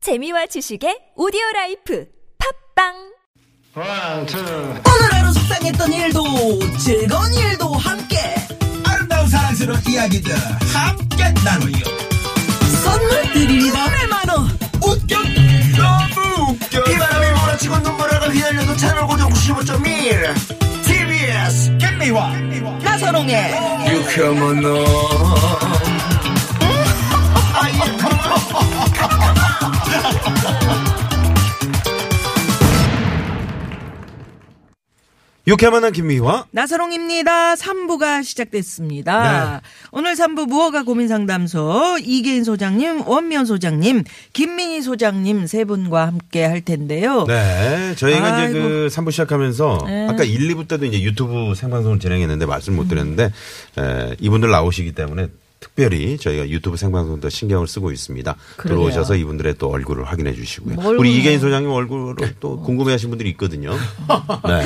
재미와 지식의 오디오 라이프 팝빵 One, two. 오늘 하루 속상했던 일도 즐거운 일도 함께 아름다운 사랑스러운 이야기들 함께 나누요 선물 드립니다 100만원 웃겨 너무 웃겨 이 바람이 몰아치고 눈물을 휘날려도 채널 고정 95.1 TBS 겟미와 나선홍의 유쾌만한 김미화. 나선홍입니다 3부가 네. 시작됐습니다 오늘 3부 무허가 고민상담소 이계인 소장님 원미연 소장님 김민희 소장님 세 분과 함께 할 텐데요 네. 저희가 이제 아이고. 네. 그 3부 시작하면서 아까 1, 2부 때도 이제 유튜브 생방송을 진행했는데 말씀 못 드렸는데 음. 에, 이분들 나오시기 때문에 특별히 저희가 유튜브 생방송도 신경을 쓰고 있습니다. 그러게요. 들어오셔서 이분들의 또 얼굴을 확인해 주시고요. 뭐 얼굴이요? 우리 이계인 소장님 네. 얼굴을 또 궁금해하신 분들이 있거든요. 네.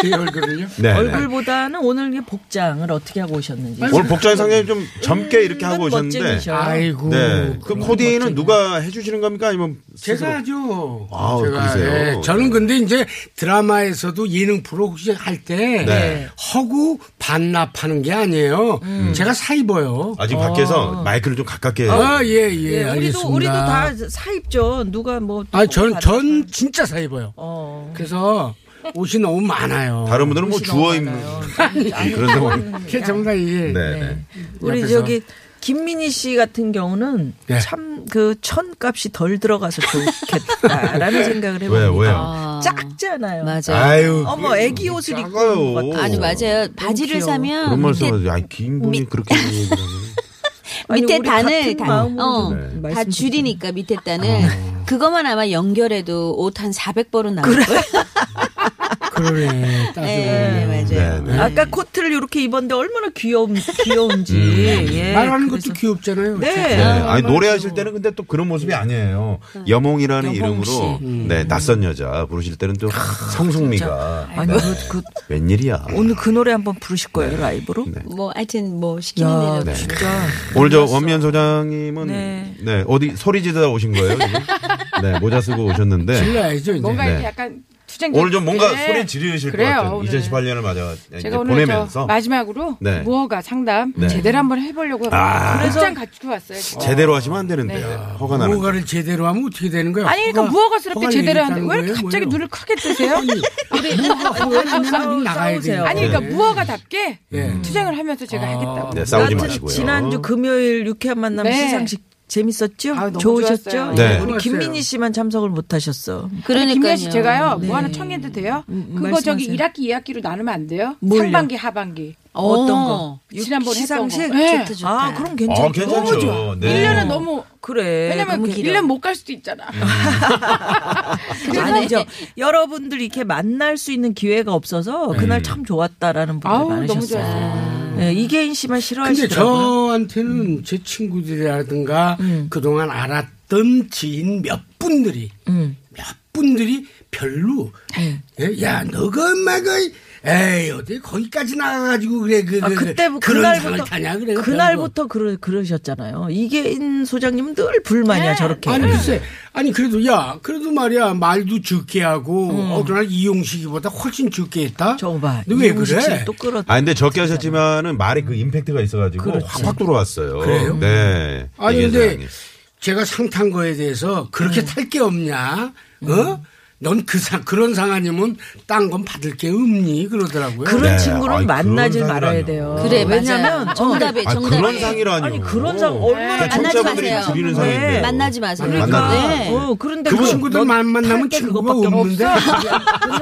제 얼굴을요? 네. 네. 얼굴보다는 오늘 이 복장을 어떻게 하고 오셨는지 오늘 복장이 상당히 좀 젊게 이렇게 하고 음, 오셨는데. 멋쟁이셔. 아이고. 네. 그 코디는 누가 해주시는 겁니까? 아니면 제가 스스로? 하죠. 아, 그러세요? 예, 저는 근데 이제 드라마에서도 예능 프로 혹시 할 때 네. 허구 반납하는 게 아니에요. 음. 제가 사입어요. 아직 밖에서 마이크를 좀 가깝게. 아, 예, 예, 예, 알겠습니다. 우리도 우리도 다 사입죠 누가 뭐 아, 전, 전 진짜 사입어요. 어. 그래서 옷이 너무 많아요. 다른 분들은 뭐 주워 입는 예, 그런 상황. 그게 정말 네. 이게. 네. 우리 옆에서. 저기 김민희 씨 같은 경우는 예. 네. 참 그 천값이 덜 들어가서 좋겠다라는 네. 생각을 해봅니다. 왜요, 왜요? 아, 작잖아요. 맞아. 아유. 어머 애기 옷을 입고 작아요. 온것 같아. 아니 맞아요. 바지를 귀여워. 사면 그런 밑에, 말씀하세요. 아이, 긴 분이 그렇게 얘기를 하면. 아니, 밑에 우리 단을 같은 다, 마음으로 어, 네. 좀 다 말씀 좀- 줄이니까 밑에 단을 그것만 아마 연결해도 옷 한 400벌은 나올 거예요. 그러네. 따지고. 네, 맞아요. 네, 네. 아까 코트를 이렇게 입었는데 얼마나 귀여운 귀여운지. 음. 예, 말하는 것도 그래서- 귀엽잖아요. 네. 네. 아, 아니 노래하실 때는 근데 또 그런 모습이 아니에요. 여몽이라는 여몽 씨. 이름으로 네 낯선 여자 부르실 때는 또 성숙미가 아니 그, 그 웬일이야. 오늘 그 노래 한번 부르실 거예요 라이브로. 네. 뭐 하여튼 뭐 야 시키는 대로 네. 진짜 오늘 저 원미연 소장님은 네. 네. 어디 소리 지르다 오신 거예요? 지금? 네 모자 쓰고 오셨는데 질러야죠, 이제. 뭔가 네. 이렇게 약간 투쟁 오늘 좀 뭔가 네. 소리 지르실 그래요, 것 같은 오늘. 2018년을 맞아 이제 제가 오늘 저 보내면서 마지막으로 네. 무허가 상담 네. 제대로 한번 해보려고 아. 그래서 장 갖추고 왔어요. 지금. 제대로 하시면 안 되는데 네. 허가 나는. 무허가를 제대로 하면 어떻게 되는 거야? 아니 그러니까 허가- 무허가스럽게 허가 제대로 얘기했다는 하는데 왜 이렇게 거예요? 갑자기 뭐예요? 눈을 크게 뜨세요? 싸우, 나가야 돼. 싸우세요. 아니 그러니까 네. 무허가답게 예. 투쟁을 하면서 제가 하겠다고. 네, 싸우지 나한테 마시고요. 지난주 그 금요일 유쾌한 만남 네. 시상식 재밌었죠? 아유, 너무 좋으셨죠? 좋았어요. 네. 우리 좋았어요. 김민희 씨만 참석을 못 하셨어. 그러니까요. 김현 씨 제가요 뭐 하나 청해도 돼요? 네. 음, 그거 저기 말씀하세요. 1학기 2학기로 나누면 안 돼요? 뭘요? 상반기 하반기. 어떤 거? 지난번에 했던 시상식? 거. 네. 좋다, 좋다. 아, 그럼 괜찮죠. 아 괜찮죠. 네. 1년은 너무 그래. 왜냐면 너무 그 길어. 1년 못 갈 수도 있잖아. 음. 아니죠. 여러분들 이렇게 만날 수 있는 기회가 없어서 그날 참 좋았다라는 분들 아우, 많으셨어요. 너무 좋았어요. 네, 이계인 씨만 근데 싫어하시더라고요. 저한테는 제 친구들이라든가 그동안 알았던 지인 몇 분들이 몇 분들이 별로 음. 예, 야 너가 막이 에이 어디 거기까지 나가가지고 그래 그, 아, 그, 그때부터 그런 상을 그날부터 타냐 그래 그날부터 그러, 그러셨잖아요. 이계인 소장님은 늘 네. 불만이야 저렇게. 아니 글쎄 아니 그래도 야 그래도 말이야 말도 적게 하고 어느 날 이용식이보다 훨씬 적게 했다 저거 봐. 근데 왜 이용식 그래 씨를 또 끌어. 아 근데 적게 하셨지만은 말이 그 임팩트가 있어가지고 그렇지. 확확 들어왔어요. 그래요? 네. 아니 이게 근데 세상에. 제가 상 탄 거에 대해서 그렇게 네. 탈 게 없냐? 어? 넌 그 상, 그런 상 아니면 딴 건 받을 게 없니? 그러더라고요. 그런 네, 친구는 아이, 만나질 그런 말아야 사람이라뇨. 돼요. 그래 어, 왜냐면 네. 맞아요. 정답에 아, 정답에 그런 상이라니. 아니 그런 상 얼마나 만나지 청자분들이 마세요. 드리는 네. 상인데. 만나지 마세요. 그러니까. 네. 어, 그런데 그 그 친구들 만 만나면 친구가 없는데.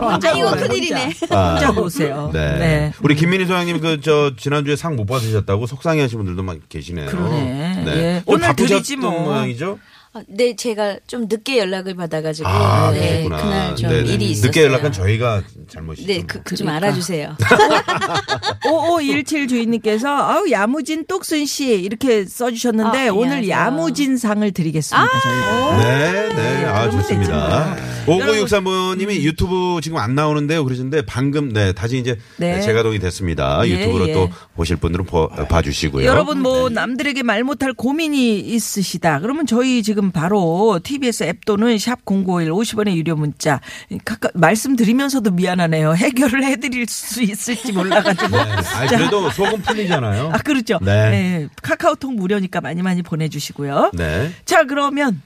혼자 이거 보세요, 큰일이네. 혼자, 혼자 보세요. 네. 네. 우리 김민희 소장님 그 저 지난주에 상 못 받으셨다고 속상해하신 분들도 막 계시네요. 그러네. 예. 좀 오늘 바쁘셨던 드리지 뭐. 모양이죠. 아, 네, 제가 좀 늦게 연락을 받아가지고 아 네, 그랬구나. 그날 좀 네네. 일이 있었어요. 늦게 연락한 저희가 잘못이죠. 네, 그, 그좀 그러니까. 알아주세요. 5517 주인님께서 아우 야무진 똑순 씨 이렇게 써주셨는데 아, 오늘 안녕하세요. 야무진 상을 드리겠습니다. 저희가. 네, 네. 아, 그러면 좋습니다. 여러분, 5963번님이 유튜브 지금 안 나오는데요. 그러신데 방금, 네, 다시 이제 네. 재가동이 됐습니다. 예, 유튜브로 예. 뭐 또 보실 네. 분들은 보- 봐주시고요. 여러분 뭐 남들에게 말 못할 고민이 있으시다. 그러면 저희 지금 지금 바로 TBS 앱 또는 샵 0951 50원의 유료 문자. 가까- 말씀드리면서도 미안하네요. 해결을 해드릴 수 있을지 몰라가지고. 아, 그래도 속은 풀리잖아요. 네. 아, 그렇죠. 네. 네, 카카오톡 무료니까 많이 많이 보내주시고요. 네. 자, 그러면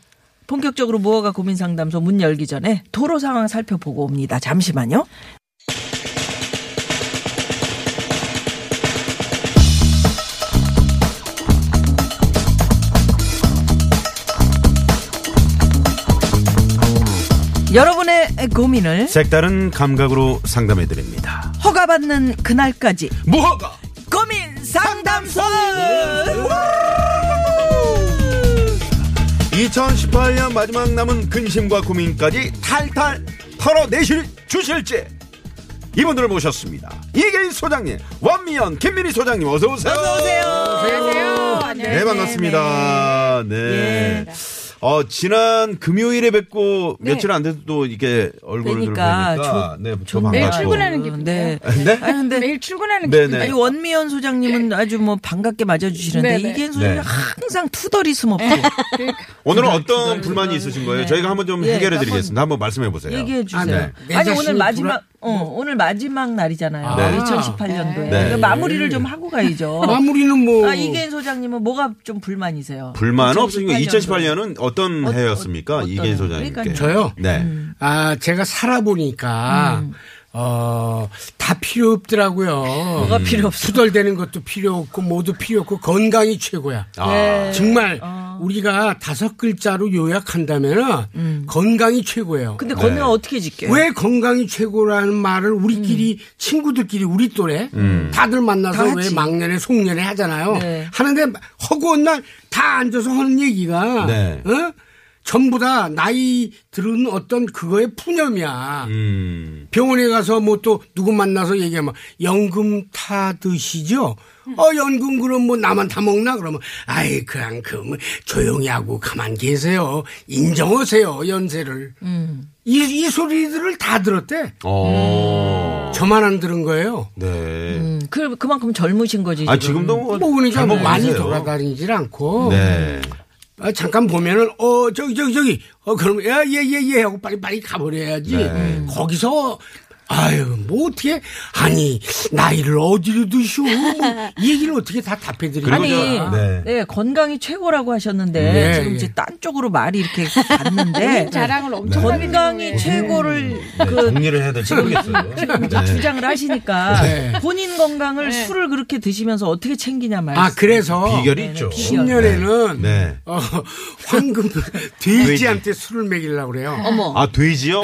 본격적으로 무허가 고민 상담소 문 열기 전에 도로 상황 살펴보고 옵니다. 잠시만요. 여러분의 고민을 색다른 감각으로 상담해 드립니다. 허가받는 그날까지 무허가 고민 상담소! 네. 2018년 마지막 남은 근심과 고민까지 탈탈 털어내실 주실지 이분들을 모셨습니다. 이계인 소장님, 원미연, 김민희 소장님 어서 오세요. 어서 오세요. 안녕하세요. 네, 반갑습니다. 네. 어, 지난 금요일에 뵙고 며칠 안 돼도 또 이게 얼굴을 그러니까 들으니까 네, 저 매일 반갑고. 출근하는 기분이에요. 네. 네? 아니, 근데 매일 출근하는 네, 기분. 네. 아니 원미연 소장님은 예. 아주 뭐 반갑게 맞아주시는데 네, 네. 이기현 소장님 네. 항상 투덜이 숨없고 네. 오늘은 어떤 불만이 있으신 네. 거예요? 저희가 한번 좀 예, 해결해 드리겠습니다. 한번 말씀해 보세요. 얘기해 주세요. 네. 아니 내 오늘 자신을 네. 마지막 어, 오늘 마지막 날이잖아요. 네. 2018년도에 그러니까 네. 마무리를 좀 하고 가야죠. 마무리는 뭐 아 이기현 소장님은 뭐가 좀 불만이세요? 불만 없으신 거 2018 2018년은 어떤 해였습니까? 어떤 이계인 해요? 소장님께. 그러니까요. 음. 저요? 네. 아, 제가 살아보니까, 어, 다 필요 없더라고요. 뭐가 음. 필요 없어? 투덜대는 것도 필요 없고, 모두 필요 없고, 건강이 최고야. 아. 네. 정말, 어. 우리가 다섯 글자로 요약한다면, 음. 건강이 최고예요. 근데 건강 어떻게 짓게? 음. 왜 건강이 최고라는 말을 우리끼리 친구들끼리 우리 또래 음. 다들 만나서 다 왜 하지. 막년에 송년에 하잖아요. 네. 하는데 허구한 날 다 앉아서 하는 얘기가 네. 어? 전부 다 나이 들은 어떤 그거의 푸념이야. 음. 병원에 가서 뭐 또 누구 만나서 얘기하면 연금 타드시죠? 어 연금 그럼 뭐 나만 다 먹나 그러면 아이 그냥 그뭐 조용히 하고 가만 계세요 인정하세요 연세를 이, 이 소리들을 다 들었대 어. 저만 안 들은 거예요 네. 음, 그 그만큼 젊으신 거지. 아, 지금. 지금도 뭐. 뭐 그러니까 잘 뭐 먹고 많이 계세요. 돌아다니질 않고 네. 아, 잠깐 보면은 어 저기 저기 저기 어 그럼 야예예예 하고 빨리 빨리 가버려야지 네. 거기서 아유 뭐 어떻게 아니 나이를 어디로 드시오 뭐 얘기를 어떻게 다 답해드리냐 그리고 아니, 저- 네. 네. 건강이 최고라고 하셨는데 네, 지금 예. 네. 이제 딴 쪽으로 말이 이렇게 네. 갔는데 자랑을 엄청나게 건강이 최고를 그 정리를 해야 될지 모르겠어요. 지금 이제 네. 주장을 하시니까 네. 본인 건강을 네. 술을 그렇게 드시면서 어떻게 챙기냐 말이에요. 아 그래서 비결이 있죠. 신년에는 네. 네. 어, 황금 돼지한테 술을 먹이려고 그래요 아, 돼지요?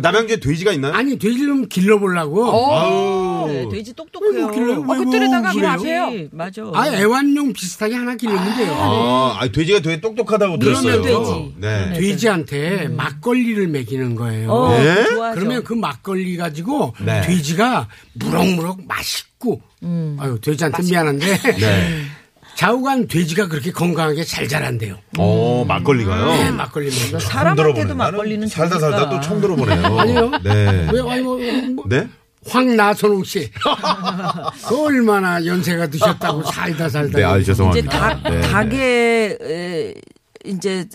남양주에 돼지가 있나요? 아니 돼지를 좀 길러보려고 어, 아우. 네, 돼지 똑똑해요. 아이고, 길러요? 어, 아이고, 겉들에다가 뭐 그래요? 하세요? 돼지, 맞아. 아 애완용 비슷하게 하나 기르면 돼요 아, 아니, 돼지가 되게 똑똑하다고 그러면 들었어요. 돼지. 네. 돼지한테 막걸리를 먹이는 거예요 어, 예? 좋아하죠. 그러면 그 막걸리 가지고 네. 돼지가 무럭무럭 맛있고 아유 돼지한테 미안한데 네. 좌우간 돼지가 그렇게 건강하게 잘 자란대요. 어, 막걸리가요? 네, 막걸리 먹어. 서 사람한테도 처음 들어보네. 막걸리는 나는 살다 좋으니까. 살다 또 처음 들어보네요. 아니요. 네. 왜 아니 뭐, 뭐, 네? 황나선홍 씨. 그 얼마나 연세가 드셨다고 살다 살다. 네, 아 이제 죄송합니다. 닭 네. 닭에 에, 이제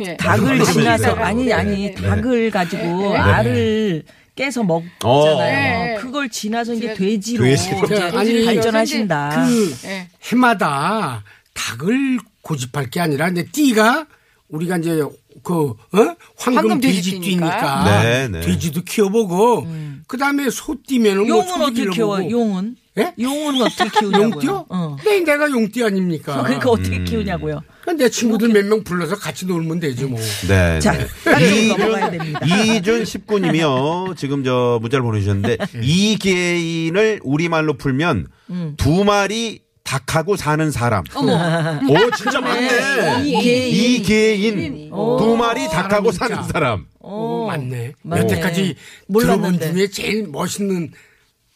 예. 닭을 말씀해 지나서 주세요. 아니 아니 네. 닭을 가지고 알을 깨서 어. 먹잖아요. 네. 그걸 지나서 이제 돼지로, 돼지로. 이제 아니, 발전하신다. 그 예. 해마다 닭을 고집할 게 아니라 근데 띠가 우리가 이제 그 어? 황금, 황금 돼지 돼지띠니까. 띠니까 네, 네. 돼지도 키워보고 그다음에 소 띠면은 뭐 용은 소도 어떻게 길러보고. 키워? 용은? 예? 용은 어떻게 키우냐고요? 용띠요? 어. 네, 내가 용띠 아닙니까? 그러니까 어떻게 음. 키우냐고요? 그러니까 내 친구들 몇 명 불러서 같이 놀면 되지 뭐. 네. 자, 네. 다른 쪽으로 이준- 넘어가야 됩니다. 이준 19님이요. 지금 저 문자를 보내주셨는데 예. 이 개인을 우리말로 풀면 음. 두 마리 닭하고 사는 사람. 오, 진짜 맞네. 이 개인. 이 개인 두 마리 닭하고 사는 진짜. 사람. 오, 맞네. 어, 맞네. 여태까지 몰랐는데. 어. 들어본 중에 제일 멋있는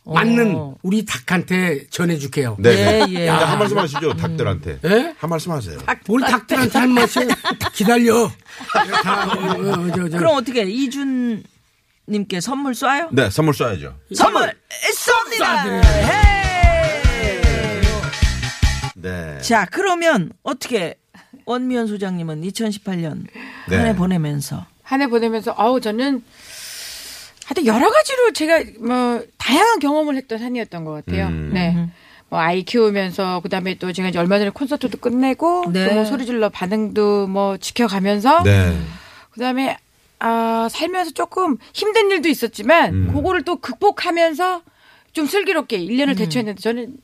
맞는 우리 닭한테 전해줄게요. 네. 예, 아. 예. 야, 한 말씀 하시죠. 닭들한테. 예? 한 말씀 하세요. 우리 닭들한테 한 말씀 기다려. 다, 어, 어, 저, 저. 그럼 어떻게 이준 님께 선물 쏴요? 네, 선물 쏴야죠. 선물 쏩니다. 헤이! 네. 자, 그러면 어떻게 원미연 소장님은 2018년 네. 한 해 보내면서 한 해 보내면서 아우 저는 하여튼 여러 가지로 제가 뭐 다양한 경험을 했던 한 해였던 것 같아요. 음. 네. 뭐 아이 키우면서 그다음에 또 제가 이제 얼마 전에 콘서트도 끝내고 네. 또 뭐 소리 질러 반응도 뭐 지켜가면서 네. 그다음에 아 살면서 조금 힘든 일도 있었지만 음. 그거를 또 극복하면서 좀 슬기롭게 1년을 대처했는데 저는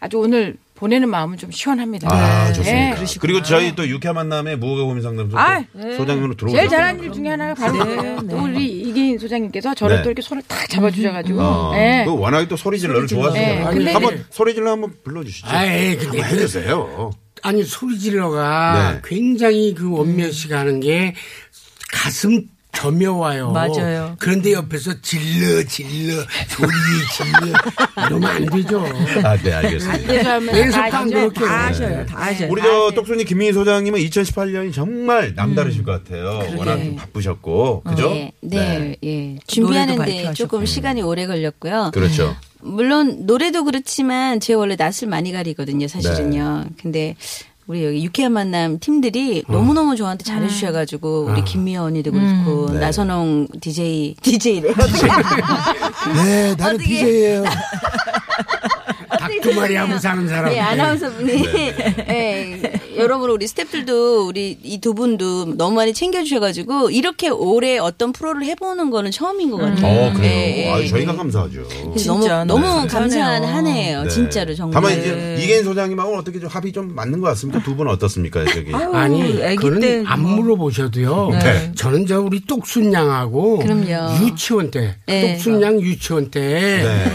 아주 오늘 보내는 마음은 좀 시원합니다. 아, 네. 좋습니다. 네. 그리고 저희 또 육회 만남에 무허가 고민 상담소 아, 또 소장님으로 들어오셨 제일 잘하는 일 중에 하나가 바로 네, 또 우리 이기인 소장님께서 저를 네. 또 이렇게 손을 탁 잡아주셔가지고 어, 네. 그 워낙에 또 소리 질러를 좋아하시잖아요. 네, 근데 한번 이제- 소리 질러 한번 불러주시죠. 아이, 근데 그, 한번 해주세요. 아니 소리 질러가 네. 굉장히 그 원면 씨가 하는 게 가슴 저며와요. 맞아요. 그런데 옆에서 질러 질러 소리 질러 이러면 안 되죠. 아, 네, 알겠습니다. 계속 딱 그렇게. 다 네. 아셔요, 다 예. 아셔요. 우리 저 똑순이 김민희 소장님은 2018년이 정말 남다르실 것 같아요. 워낙 좀 바쁘셨고, 그죠? 네, 네, 예. 준비하는데 발표하셨고. 네. 조금 시간이 오래 걸렸고요. 그렇죠. 물론 노래도 그렇지만 제가 원래 낯을 많이 가리거든요, 사실은요. 네. 근데 우리 여기 유쾌한 만남 팀들이 음. 너무너무 저한테 잘해주셔가지고 우리 김미아 언니도 그렇고 음. 네. 나선홍 DJ, DJ래. 그 네, 나는 DJ예요. 닭두마리 하면 사는 사람. 네, 아나운서분이 네, 여러모로 우리 스태프들도 우리 이 두 분도 너무 많이 챙겨주셔가지고 이렇게 오래 어떤 프로를 해보는 거는 처음인 것 같아요. 어, 그래요. 네, 아, 네. 저희가 감사하죠. 그래서 진짜 너무 너무 너무 감사한 감사하네요. 한 해예요, 네. 진짜로 정말. 네. 다만 이제 이계인 소장님하고 어떻게 좀 합이 좀 맞는 것 같습니다. 두 분 어떻습니까, 저기? 아니, 아기 때 그거는 안 뭐. 물어보셔도요. 네. 저는 저 우리 똑순양하고 그럼요. 유치원 때, 네. 똑순양 유치원 때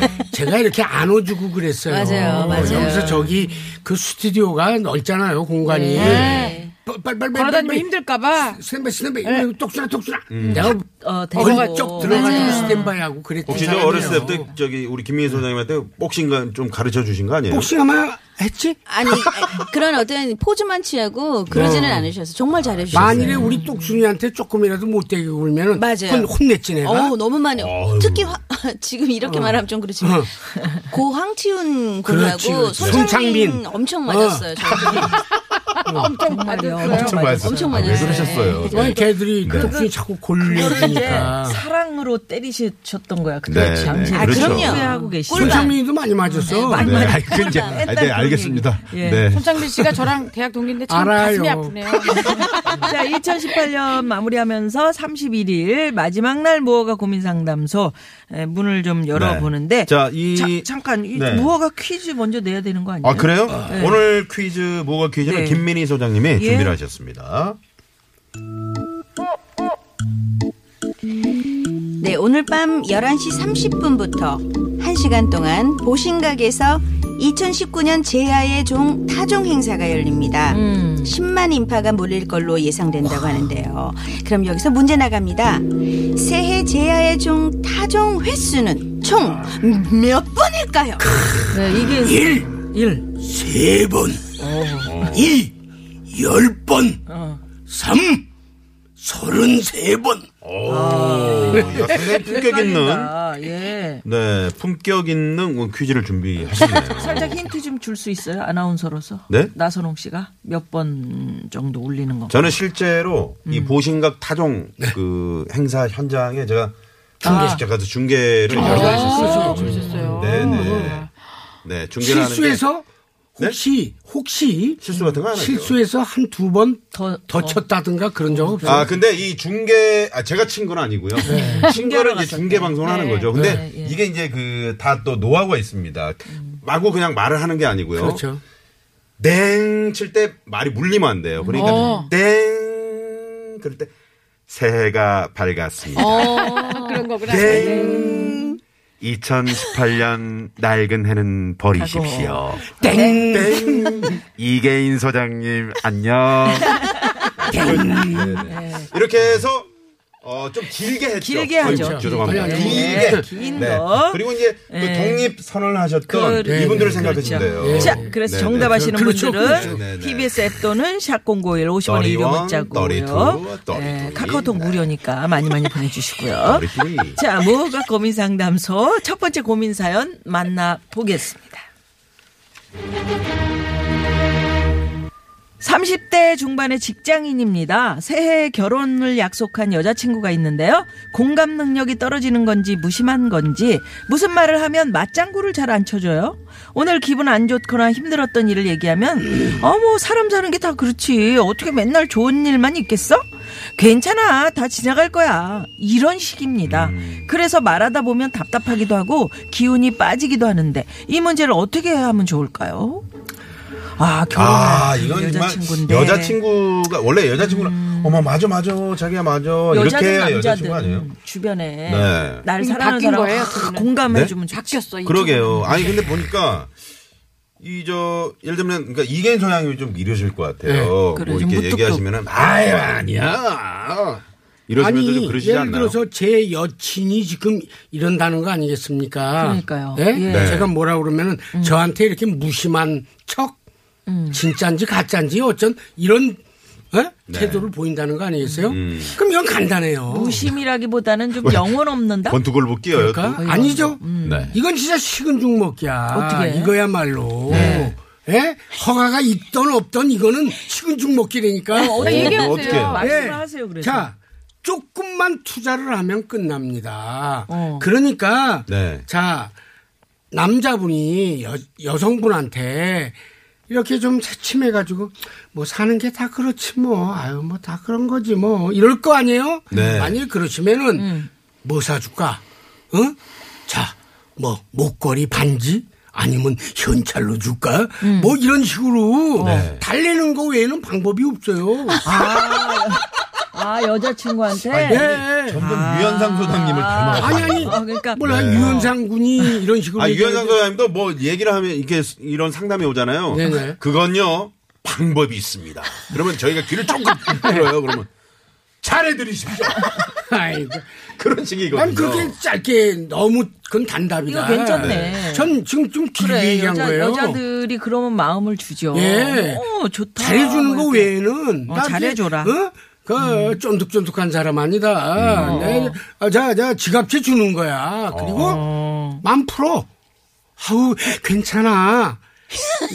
네. 제가 이렇게 안아주고 그랬어요. 맞아요, 맞아요. 여기서 저기 그 스튜디오가 넓잖아요, 공간이. 네. 빨빨빨빨 걸어다니면 힘들까봐 네. 스탠바이 스탠바이 똑순아 똑순아 음. 내가 어, 어가 대고. 쪽 들어가지고 스탠바이하고 그랬던 혹시 저 사람이에요. 어렸을 때부터 저기 우리 김민희 소장님한테 복싱 좀 가르쳐 주신 거 아니에요? 복싱 아마 했지? 아니 그런 어떤 포즈만 취하고 네. 그러지는 않으셔서 정말 잘해주셨어요. 만일에 우리 똑순이한테 조금이라도 못되게 울면은 맞아요. 혼, 혼냈지 내가. 어우 너무 많이 특히 화- 지금 이렇게 말하면 좀 그렇지만 고 황치훈 어. 그렇지, 군하고 그렇지. 손창민 손창민. 엄청 맞았어요. 저한테. 정말요. 엄청 맞았어요. 엄청 아, 왜 맞았어요. 그러셨어요? 왜 걔들이 똑순이 자꾸 그거를 이제 골리니까. 사랑으로 때리셨던 거야. 네, 그때 네. 당시에. 아, 그렇죠. 그럼요. 후회하고 계시죠. 손창민이도 많이 맞았어. 네, 아이, 그 이제, 아, 네, 알겠습니다. 예. 네. 손창빈 씨가 저랑 대학 동기인데 참 알아요. 가슴이 아프네요. 자, 2018년 마무리하면서 31일 마지막 날 무허가 고민 상담소 에, 문을 좀 열어보는데 네. 자, 이- 잠깐 이 네. 무허가 퀴즈 먼저 내야 되는 거 아니에요? 아 그래요? 오늘 퀴즈 뭐가 퀴즈는 네. 김민희 소장님이 예. 준비를 하셨습니다. 네 오늘 밤 11시 30분부터 1시간 동안 보신각에서 2019년 제야의 종 타종 행사가 열립니다. 10만 인파가 몰릴 걸로 예상된다고 하는데요. 그럼 여기서 문제 나갑니다. 새해 제야의 종 타종 횟수는 총 몇 번일까요? 네, 이게 1, 일 3번. 2, 10번. 3, 33번. 야, 네. 상당히 예, 품격 있는 아, 예. 네 품격 있는 어, 퀴즈를 준비하셨네요. 살짝 힌트 좀 줄 수 있어요? 아나운서로서. 네? 나선홍 씨가 몇 번 정도 올리는 거. 저는 실제로 음. 이 보신각 타종 네. 그 행사 현장에 아. 제가 중계 직접 가서 중계를 여러 가지 아, 그러셨어요. 아. 네네 네 중계를 하는데 실수해서 네? 혹시 혹시 실수 같은 거안 하죠. 실수해서 한 두 번 더 더- 더 어. 쳤다든가 그런 적 없어요. 아 근데 이 중계 아 제가 친 건 아니고요. 친 거를 이제 네. 중계 방송을 하는 거죠. 근데 이게 이제 그 다 또 노하우가 있습니다. 마구 그냥 말을 하는 게 아니고요. 그렇죠. 땡 칠 때 말이 물리면 안 돼요. 그러니까 땡 그럴 때 새해가 밝았습니다. 어, 그런 거구나. 네. 땡 2018년 낡은 해는 버리십시오. 땡. 땡 이계인 소장님 안녕. 네, 네. 이렇게 해서 어, 좀 길게 했죠. 길게 아이고, 하죠. 네. 죄송합니다. 길게. 길게. 네. 긴 거. 네. 그리고 이제 그 독립 선언을 하셨던 그래. 이분들을 그렇죠. 생각하시면 돼요. 자, 그래서 네, 네. 정답하시는 그렇죠, 분들은 그렇죠. 네, 네. TBS 앱 또는 샵0951 50원의 유료 31, 문자고요. 32, 32. 네, 카카오톡 무료니까 많이 많이 보내주시고요. 32. 자, 무허가 고민 상담소 첫 번째 고민 사연 만나보겠습니다. 30대 중반의 직장인입니다. 새해 결혼을 약속한 여자친구가 있는데요. 공감 능력이 떨어지는 건지 무심한 건지 무슨 말을 하면 맞장구를 잘 안 쳐줘요. 오늘 기분 안 좋거나 힘들었던 일을 얘기하면 어머 사람 사는 게 다 그렇지 어떻게 맨날 좋은 일만 있겠어? 괜찮아 다 지나갈 거야 이런 식입니다. 그래서 말하다 보면 답답하기도 하고 기운이 빠지기도 하는데 이 문제를 어떻게 해야 하면 좋을까요? 아 결혼 아, 한 이건 정말 여자친구인데 여자친구가 원래 여자친구는 어머 맞아 맞아 자기야 맞아 이렇게 여자든 해야 남자든 여자친구 아니에요? 주변에 네. 날 이게 사랑하는 바뀐 사람 거예요, 아, 그거는? 공감해주면 좋지. 바뀌었어. 이쪽은. 그러게요. 아니 네. 근데 보니까 이 저 예를 들면 그러니까 이계인 성향이 좀 이루어질 것 네, 같아요. 그래, 뭐 좀 이렇게 무뚝뚝. 얘기하시면은 아유 아니야. 이러시면 좀 그러시지 예를 않나요? 들어서 제 여친이 지금 이런다는 거 아니겠습니까? 그러니까요. 예? 예. 음. 네. 제가 뭐라 그러면은 저한테 이렇게 무심한 척, 진짜인지 가짜인지 어쩐 이런 예? 네. 태도를 보인다는 거 아니겠어요? 음. 그럼 이건 간단해요. 무심이라기보다는 어. 좀 영혼 없는다. 권투골보 끼어요. 그러니까 또? 아니죠. 네. 이건 진짜 식은 죽 먹기야. 음. 어떻게 해? 이거야말로. 네. 예? 허가가 있던 없던 이거는 식은 죽 먹기라니까. 어, 얘기해보세요. 어떻게 해요? 말- 말씀을 하세요, 그래서. 예. 자, 조금만 투자를 하면 끝납니다. 어. 그러니까 네. 자, 남자분이 여, 성분한테 이렇게 좀 새침해 가지고 뭐 사는 게 다 그렇지 뭐. 아유, 뭐 다 그런 거지 뭐. 이럴 거 아니에요? 네. 만일 그러시면은 음. 뭐 사줄까? 응? 자, 뭐 목걸이 반지 아니면 현찰로 줄까? 음. 뭐 이런 식으로 네. 달래는 거 외에는 방법이 없어요. 아 여자친구한테 예. 전부 유현상 소장님을 닮아가지고. 아니 아니 아, 그러니까 몰라 유현상 군이 이런 식으로 네. 아, 유현상 얘기하는데 소장님도 뭐 얘기를 하면 이렇게 이런 상담이 오잖아요. 네네. 그건요 방법이 있습니다. 그러면 저희가 귀를 조금 들어요. 그러면 잘해드리십시오. 아이고 그런 식이거든요. 난 그렇게 짧게 너무 그건 단답이다 이거 괜찮네. 전 지금 좀 길게 그래 얘기한 여자, 거예요 여자들이 그러면 마음을 주죠. 예. 오 좋다. 잘해주는 거 뭐 이렇게. 외에는 어, 나 잘해줘라. 음. 어? 그 쫀득쫀득한 사람 아니다 음. 내, 아, 자, 자 지갑채 주는 거야 어. 그리고 맘 풀어 아우 괜찮아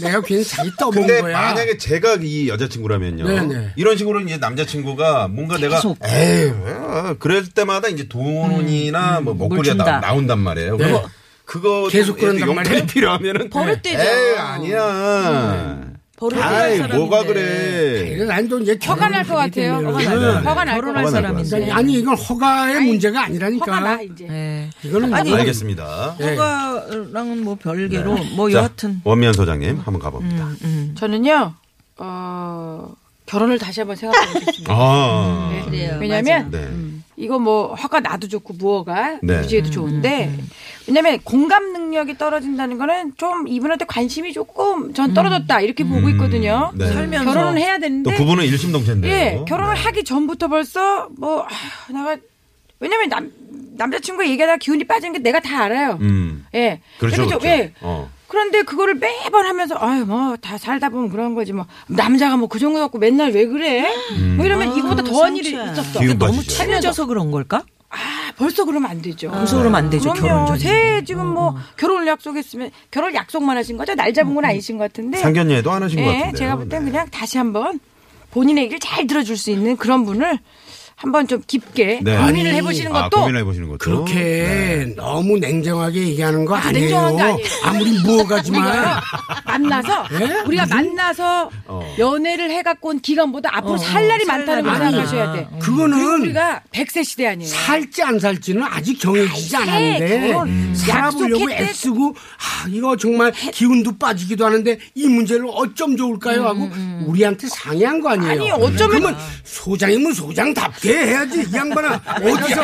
내가 괜히 자기 떠먹은 근데 거야 만약에 제가 이 여자친구라면요. 네네. 이런 식으로 이제 남자친구가 뭔가 내가 계속. 에이 왜? 그럴 때마다 이제 돈이나 뭐 목걸이가 준다. 나, 온단 말이에요. 음, 네. 그거 그거 좀 계속 그런단 용돈이 말이에요? 필요하면은 네. 버릇되죠. 에이 아니야. 버릇 아이 필요한 뭐가 사람인데. 그래. 이거 난또 이제 화가 날 것 결혼을 하기 같아요. 때문에. 화가 네. 날, 화가 날 결혼할 사람. 같아요. 것 같아요. 사람인데. 그러니까 아니 이건 허가의 문제가 아니라니까. 화가 나 이제. 예. 이거는 아니, 뭐- 알겠습니다. 네. 예. 누가랑은 뭐 별개로 뭐 자, 여하튼 원미연 소장님 한번 가봅니다. 저는요 어, 결혼을 다시 한번 생각해 보겠습니다. 아, 네. 왜냐면 네. 이거 뭐 화가 나도 좋고 무어가 네. 유지해도 좋은데 왜냐면 공감 능력이 떨어진다는 거는 좀 이분한테 관심이 조금 전 떨어졌다 이렇게 보고 있거든요. 네. 살면서. 결혼은 해야 또 되는데 부부는 네. 일심동체인데. 예 결혼을 하기 전부터 벌써 뭐 아, 내가 왜냐면 남 남자친구 얘기하다 기운이 빠지는 게 내가 다 알아요. 음. 예 그렇죠. 그래서 그렇죠. 예. 어. 그런데 그거를 매번 하면서 아유 뭐 다 살다 보면 그런 거지 뭐 남자가 뭐 그 정도 갖고 맨날 왜 그래? 뭐 이러면 이거보다 더한 일이 상처야. 있었어. 음. 기운 너무 빠지죠. 친해져서 아, 그런 걸까? 아, 벌써 그러면 안 되죠. 벌써 그러면 안 되죠. 결혼 아. 전에. 그럼요. 새해 지금 뭐 결혼을 약속했으면 결혼 약속만 하신 거죠? 날 잡은 건 아니신 것 같은데. 상견례도 안 하신 것 네. 예, 같은데. 네. 제가 볼 땐 그냥 다시 한번 본인의 얘기를 잘 들어줄 수 있는 그런 분을 한번 좀 깊게 네. 고민을 아니, 해보시는 아, 것도 고민해 보시는 것도 네. 그렇게 너무 냉정하게 얘기하는 거 아니에요. 냉정한 거 아니에요. 아무리 우리가 무어가지만 만나서 우리가 만나서 연애를 해갖고 온 기간보다 앞으로 살 날이 살 많다는 걸 날이 생각하셔야 돼. 그리고 음. 그거는 우리가 100세 시대 아니에요. 살지 안 살지는 아직 정해지지 않았는데 결혼 살아보려고 약속했대. 애쓰고 아 이거 정말 기운도 빠지기도 하는데 이 문제를 어쩜 좋을까요 하고 우리한테 상의한 거 아니에요. 음, 아니, 어쩌면- 그러면 소장이면 소장답게 해야지 이 양반아 어디서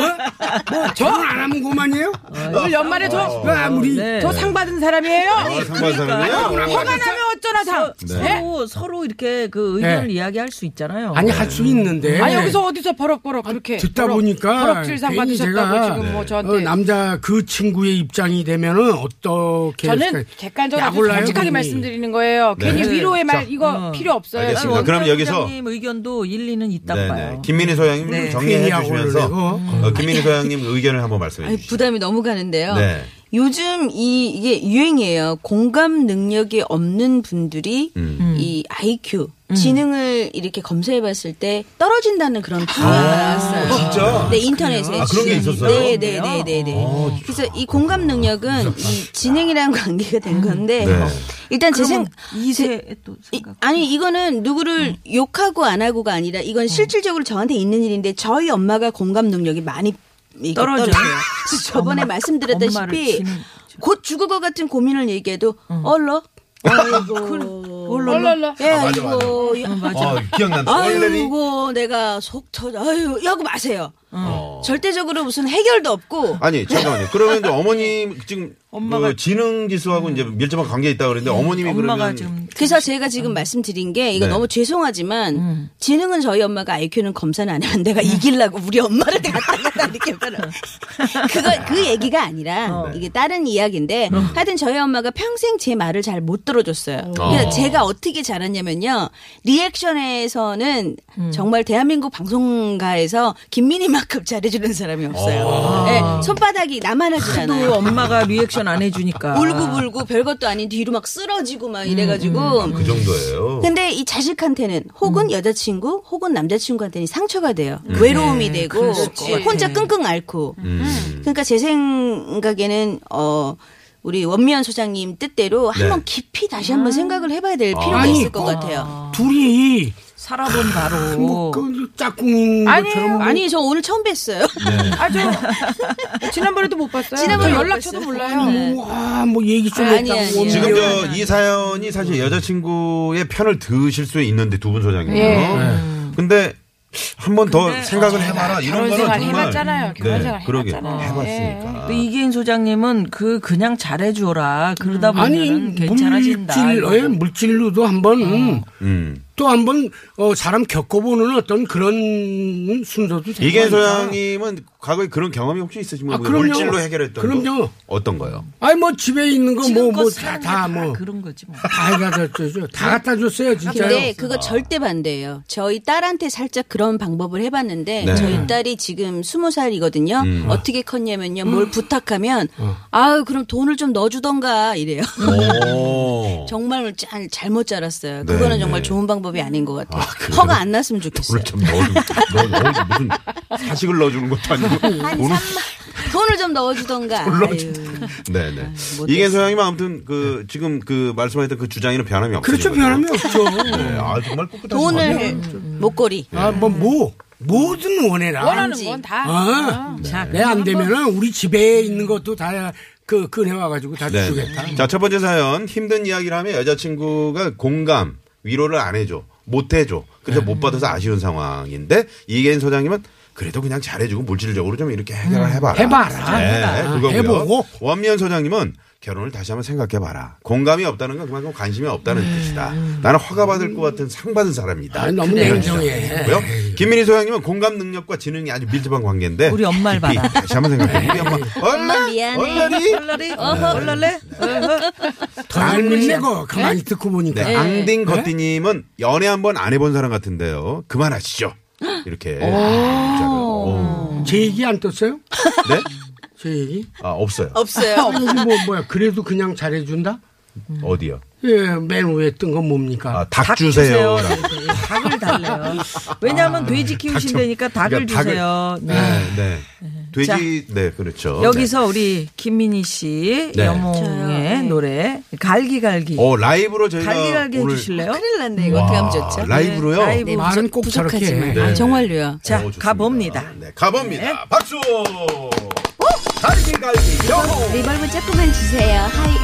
어? 저안 하면 그만이에요? 오늘 연말에 저, 그 아무리 네. 저 상 받은 사람이에요. 아, 상관사는요? 허가 나면 어쩌나 상. 예? 아, 서로 서로 이렇게 그 의견을 네. 이야기할 수 있잖아요. 그러니까 아니 할 수 있는데 아 여기서 어디서 버럭버럭 네. 그렇게 아, 듣다 버럭, 보니까 버럭질상 괜히 받으셨다고 제가 지금 뭐 저한테 어, 남자 그 친구의 입장이 되면은 어떻게 저는 했을까? 객관적으로 아주 약올라요, 솔직하게 괜히. 말씀드리는 거예요. 네. 괜히 네. 위로의 말 이거 필요 없어요. 알겠습니다. 원장 그럼 여기서- 부장님 의견도 일리는 있다고 네네. 봐요. 김민희 소장님 좀 정리해 괜히 약올리고. 주시면서 음. 어, 김민희 소장님 의견을 한번 말씀해 예, 아니, 주시죠. 부담이 너무 가는데요. 네. 요즘 이 이게 유행이에요. 공감 능력이 없는 분들이 음. 이 IQ 지능을 이렇게 검사해 봤을 때 떨어진다는 그런 결과가 나왔어요. 아, 진짜? 네, 인터넷에. 아, 그런 게 있었어요? 어. 네, 네, 네, 네, 네. 그래서 이 공감 능력은 이 지능이랑 관계가 된 건데 네. 일단 제 생, 이세 또 이- 생각. 아니 이거는 누구를 음. 욕하고 안 하고가 아니라 이건 실질적으로 저한테 있는 일인데 저희 엄마가 공감 능력이 많이 이게 떨어져요. 떨어져요. 그래서 엄마, 저번에 엄마를 말씀드렸다시피 치는 음. 곧 죽을 것 같은 고민을 얘기해도 얼러 아이고 얼랄라. 예 아이고 어. 야, 아, 기억난다. 얼른이. 아이고 내가 속 터져 아유 하고 마세요. 어. 절대적으로 무슨 해결도 없고 어. 아니 잠깐만요. 그러면 이제 어머님 지금 엄마가- 그 지능 지수하고 이제 밀접한 관계 있다 그러는데 어머님이 엄마가 그러면 좀 그래서 제가 지금 말씀드린 게 이거 네. 너무 죄송하지만 음. 지능은 저희 엄마가 IQ는 검사는 안 하면 내가 이기려고 우리 엄마를 갖다 갖다 이렇게 말아. 그거 그 얘기가 아니라 어. 이게 다른 이야기인데 하여튼 저희 엄마가 평생 제 말을 잘 못 들어줬어요. 그래서 어. 제가 어떻게 자랐냐면요 리액션에서는 음. 정말 대한민국 방송가에서 김민희만큼 잘해주는 사람이 없어요. 예, 손바닥이 나만 하지 않아요. 또 엄마가 리액션 안 해주니까 네, 울고불고 별것도 아닌 뒤로 막 쓰러지고 막 이래가지고 그 정도예요. 근데 이 자식한테는 음. 혹은 여자친구 혹은 남자친구한테는 상처가 돼요. 그 외로움이 되고 그랬을 것 같아. 혼자 끙끙 앓고. 음. 그러니까 제 생각에는 어 우리 원미연 소장님 뜻대로 네. 한번 깊이 다시 한번 생각을 해봐야 될 필요가 아니, 있을 것 아. 같아요. 둘이 살아본 바로 뭐 그 짝꿍인 어. 아니에요. 것처럼 뭐 아니 저 오늘 처음 뵀어요. 네. 아주 어, 지난번에도 못 봤어요. 네. 지난번에 저 못 연락처도 봤어요. 네. 몰라요. 와, 뭐 얘기 좀 아니, 아니, 했다고 예. 아니. 네. 지금 오면 저 이 사연이 사실 여자친구의 편을 드실 수 있는데 두 분 소장이요. 예. 근데 한 번 더 생각을 해봐라 이런 결혼 거는 생활 정말 네, 해봤잖아요. 결혼 생활 그러게 해봤잖아요. 예. 해봤으니까. 또 이기인 소장님은 그 그냥 잘해줘라 그러다 음. 아니 예, 뭐, 보면 괜찮아진다. 물질로의 이거. 물질로도 어. 한번 음. 또 한번 어, 사람 겪어보는 어떤 그런 순서도 예. 되고 이계 그러니까. 하니까. 소장님은 과거에 그런 경험이 혹시 있으신가요? 아, 뭐 그럼요. 물질로 해결했던 그럼요. 거 어떤 거요? 아니 뭐 집에 있는 거 뭐 지금껏 뭐 사는 다 게다 뭐 그런 거지 뭐. 다 갖다 줬죠. 다 갖다 줬어요, 네. 진짜요. 네, 근데 네. 그거 절대 반대예요. 저희 딸한테 살짝 그런 방법을 해봤는데 네. 음. 저희 딸이 지금 스무 살이거든요. 어떻게 컸냐면요. 뭘 부탁하면 어. 아유 그럼 돈을 좀 넣어주던가 이래요. 오. 정말 잘, 잘못 자랐어요. 네, 그거는 네. 정말 좋은 방법이 아닌 것 같아요. 아, 그래요? 허가 안 났으면 좋겠어요. 돈을 좀 넣어주, 넣, 넣, 무슨 사식을 넣어주는 것도 아니고 한 돈을 3만 돈을 좀 넣어주던가. 아유. 네네. 음, 못 이계 소장님은 아무튼 그 네. 지금 그 말씀하셨던 그 주장에는 변함이 없어요. 그렇죠, 변함이 없죠. 네, 아 정말 꿋꿋하신 것 같아요. 네. 돈을 목걸이. 아, 뭐, 뭐, 뭐든 원해라. 원하는 건 다. 네. 아, 내 안 되면은 우리 집에 있는 것도 다, 그, 꺼내와가지고 다 네. 주겠다. 자, 첫 번째 사연. 힘든 이야기를 하면 여자친구가 공감, 위로를 안 해줘. 못 해줘. 그래서 네. 못 받아서 아쉬운 상황인데, 이계인 소장님은 그래도 그냥 잘해주고 물질적으로 좀 이렇게 해결을 해봐라. 음, 해봐라. 네, 해봐라. 그거고요. 해보고. 원미연 소장님은 결혼을 다시 한번 생각해봐라. 공감이 없다는 건 그만큼 관심이 없다는 뜻이다. 나는 허가 받을 것 같은 상 받은 사람이다. 네. 아, 너무 이런 냉정해. 네. 주장이고요. 김민희 소장님은 공감 능력과 지능이 아주 밀접한 관계인데 우리 엄마를 깊이 봐라. 다시 한번 생각해. 우리 엄마 얼라 미안해. 얼라리 얼랄래? 얼랄래? 더잘 믿네, 거. 가만히 듣고 보니까. 네, 앙딩 거띠님은 연애 한 번 안 해본 사람 같은데요. 그만하시죠. 이렇게. 문자를. 오. 제 얘기 안 떴어요? 네? 제 얘기? 아, 없어요. 없어요. 여기 뭐, 뭐야. 그래도 그냥 잘해준다? 어디요? 예, 맨 위에 뜬 건 뭡니까? 아, 닭 주세요. 아, 닭을 달래요. 왜냐하면 돼지 키우신다니까 닭을 그러니까 닭을- 주세요. 네. 네, 네. 돼지, 네, 그렇죠. 여기서 우리 김민희 씨 네. 여몽의 노래 갈기갈기 네. 오, 라이브로 저희가. 갈기갈기 오늘 해주실래요? 큰일 났네. 이거 어떻게 하면 좋죠? 라이브로요? 라이브. 아, 네, 말은 꼭 저렇게 해. 부족하지만. 네. 아, 정말로요. 자 어, 좋습니다. 가봅니다. 네, 가봅니다. 박수! 갈기갈기, 여호! 네, 리벌브 조금만 주세요. 하이.